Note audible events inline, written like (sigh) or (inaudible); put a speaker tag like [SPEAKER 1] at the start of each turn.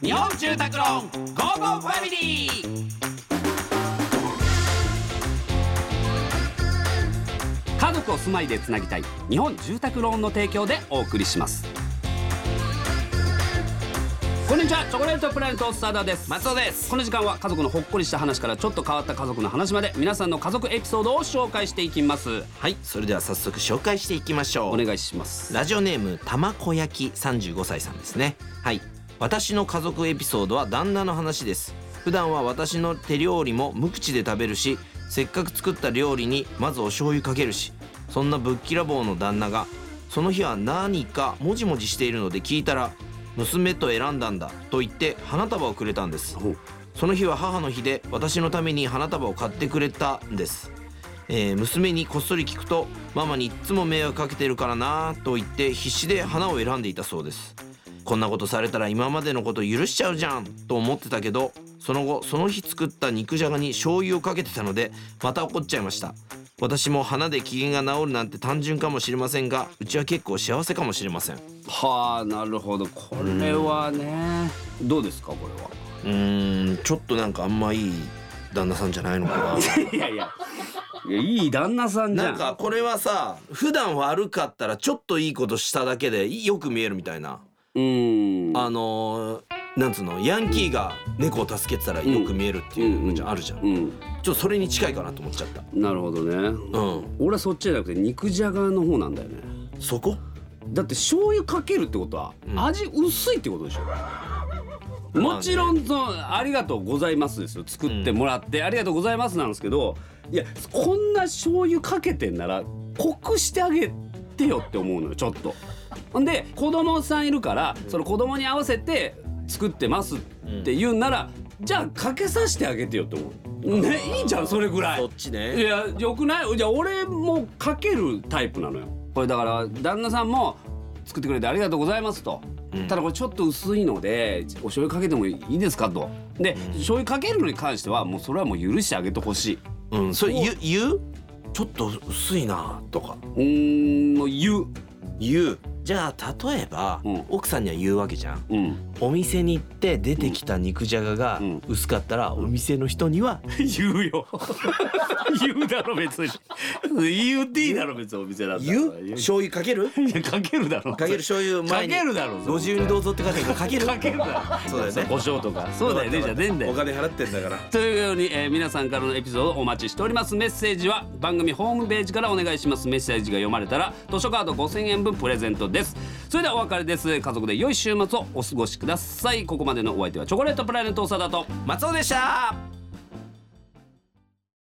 [SPEAKER 1] 日本住宅ローンゴーゴーファミリー家族を住まいでつなぎたい日本住宅ローンの提供でお送りしますこんにちはチョコレートプラネットスターダーです
[SPEAKER 2] 松尾です
[SPEAKER 1] この時間は家族のほっこりした話からちょっと変わった家族の話まで皆さんの家族エピソードを紹介していきます
[SPEAKER 2] はいそれでは早速紹介していきましょ
[SPEAKER 1] お
[SPEAKER 2] う
[SPEAKER 1] 願いします
[SPEAKER 2] ラジオネームたまこ焼き35歳さんですねはい私の家族エピソードは旦那の話です普段は私の手料理も無口で食べるしせっかく作った料理にまずお醤油かけるしそんなぶっきらぼうの旦那がその日は何かもじもじしているので聞いたら娘と選んだんだと言って花束をくれたんです
[SPEAKER 1] ほう
[SPEAKER 2] その日は母の日で私のために花束を買ってくれたんです、えー娘にこっそり聞くとママにいっつも迷惑かけてるからなと言って必死で花を選んでいたそうですこんなことされたら今までのこと許しちゃうじゃんと思ってたけどその後その日作った肉じゃがに醤油をかけてたのでまた怒っちゃいました私も花で機嫌が治るなんて単純かもしれませんがうちは結構幸せかもしれませんう
[SPEAKER 1] はあなるほどこれはねどうですかこれは
[SPEAKER 2] ーんちょっとなんかあんまいい旦那さんじゃないのかない
[SPEAKER 1] (laughs) やいやいやいい旦那さんじゃ
[SPEAKER 2] なんんかこれはさ普段悪かったらちょっといいことしただけでよく見えるみたいな、
[SPEAKER 1] うん
[SPEAKER 2] あのーなんつうのヤンキーが猫を助けてたらよく見えるっていうのじゃんあるじゃん、
[SPEAKER 1] うん
[SPEAKER 2] ちょっとそれに近いかなと思っちゃった
[SPEAKER 1] なるほどね
[SPEAKER 2] うん
[SPEAKER 1] 俺はそっちじゃなくて肉じゃがの方なんだよね
[SPEAKER 2] そこ
[SPEAKER 1] だって醤油かけるってことは
[SPEAKER 2] うん
[SPEAKER 1] 味薄いってことでしょ、もちろんそのありがとうございますですよ作ってもらって、ありがとうございますなんですけどいやこんな醤油かけてんなら濃くしてあげてよって思うのよちょっとほんで子供さんいるからその子供に合わせて作ってますって言うんなら、じゃあかけさせてあげてよって思うねいいじゃんそれぐらい
[SPEAKER 2] そっち
[SPEAKER 1] い
[SPEAKER 2] ね
[SPEAKER 1] やよくないじゃあ俺もかけるタイプなのよこれだから旦那さんも作ってくれてありがとうございますと、
[SPEAKER 2] うん
[SPEAKER 1] ただこれちょっと薄いのでお醤油かけてもいいですかとで、醤油かけるのに関してはもうそれはもう許してあげてほしい
[SPEAKER 2] うんそれ言う言うちょっと薄いなとか
[SPEAKER 1] うーんもう言う
[SPEAKER 2] 言うじゃあ例えば、
[SPEAKER 1] うん
[SPEAKER 2] 奥さんには言うわけじゃん
[SPEAKER 1] うん
[SPEAKER 2] お店に行って出てきた肉じゃがが
[SPEAKER 1] うん
[SPEAKER 2] 薄かったら、お店の人に (laughs) は
[SPEAKER 1] (laughs) 言うよ (laughs) 言うだろ別に言っていいだろ別にお店だったら
[SPEAKER 2] 言う醤油かける
[SPEAKER 1] いやかけるだろ
[SPEAKER 2] かける醤油
[SPEAKER 1] か
[SPEAKER 2] 前に
[SPEAKER 1] けるだろ
[SPEAKER 2] ご自由にどうぞって書いてあるからかける
[SPEAKER 1] かけるだ (laughs) ろ
[SPEAKER 2] そうだよね
[SPEAKER 1] 胡椒とかそうだよねじゃねえんだよ
[SPEAKER 2] お金払ってんだから
[SPEAKER 1] というように、えー皆さんからのエピソードをお待ちしておりますメッセージは番組ホームページからお願いしますメッセージが読まれたら図書カード5000円分プレゼントですそれではお別れです家族で良い週末をお過ごしくださいここまでのお相手はチョコレートプラネット長田と
[SPEAKER 2] 松尾でした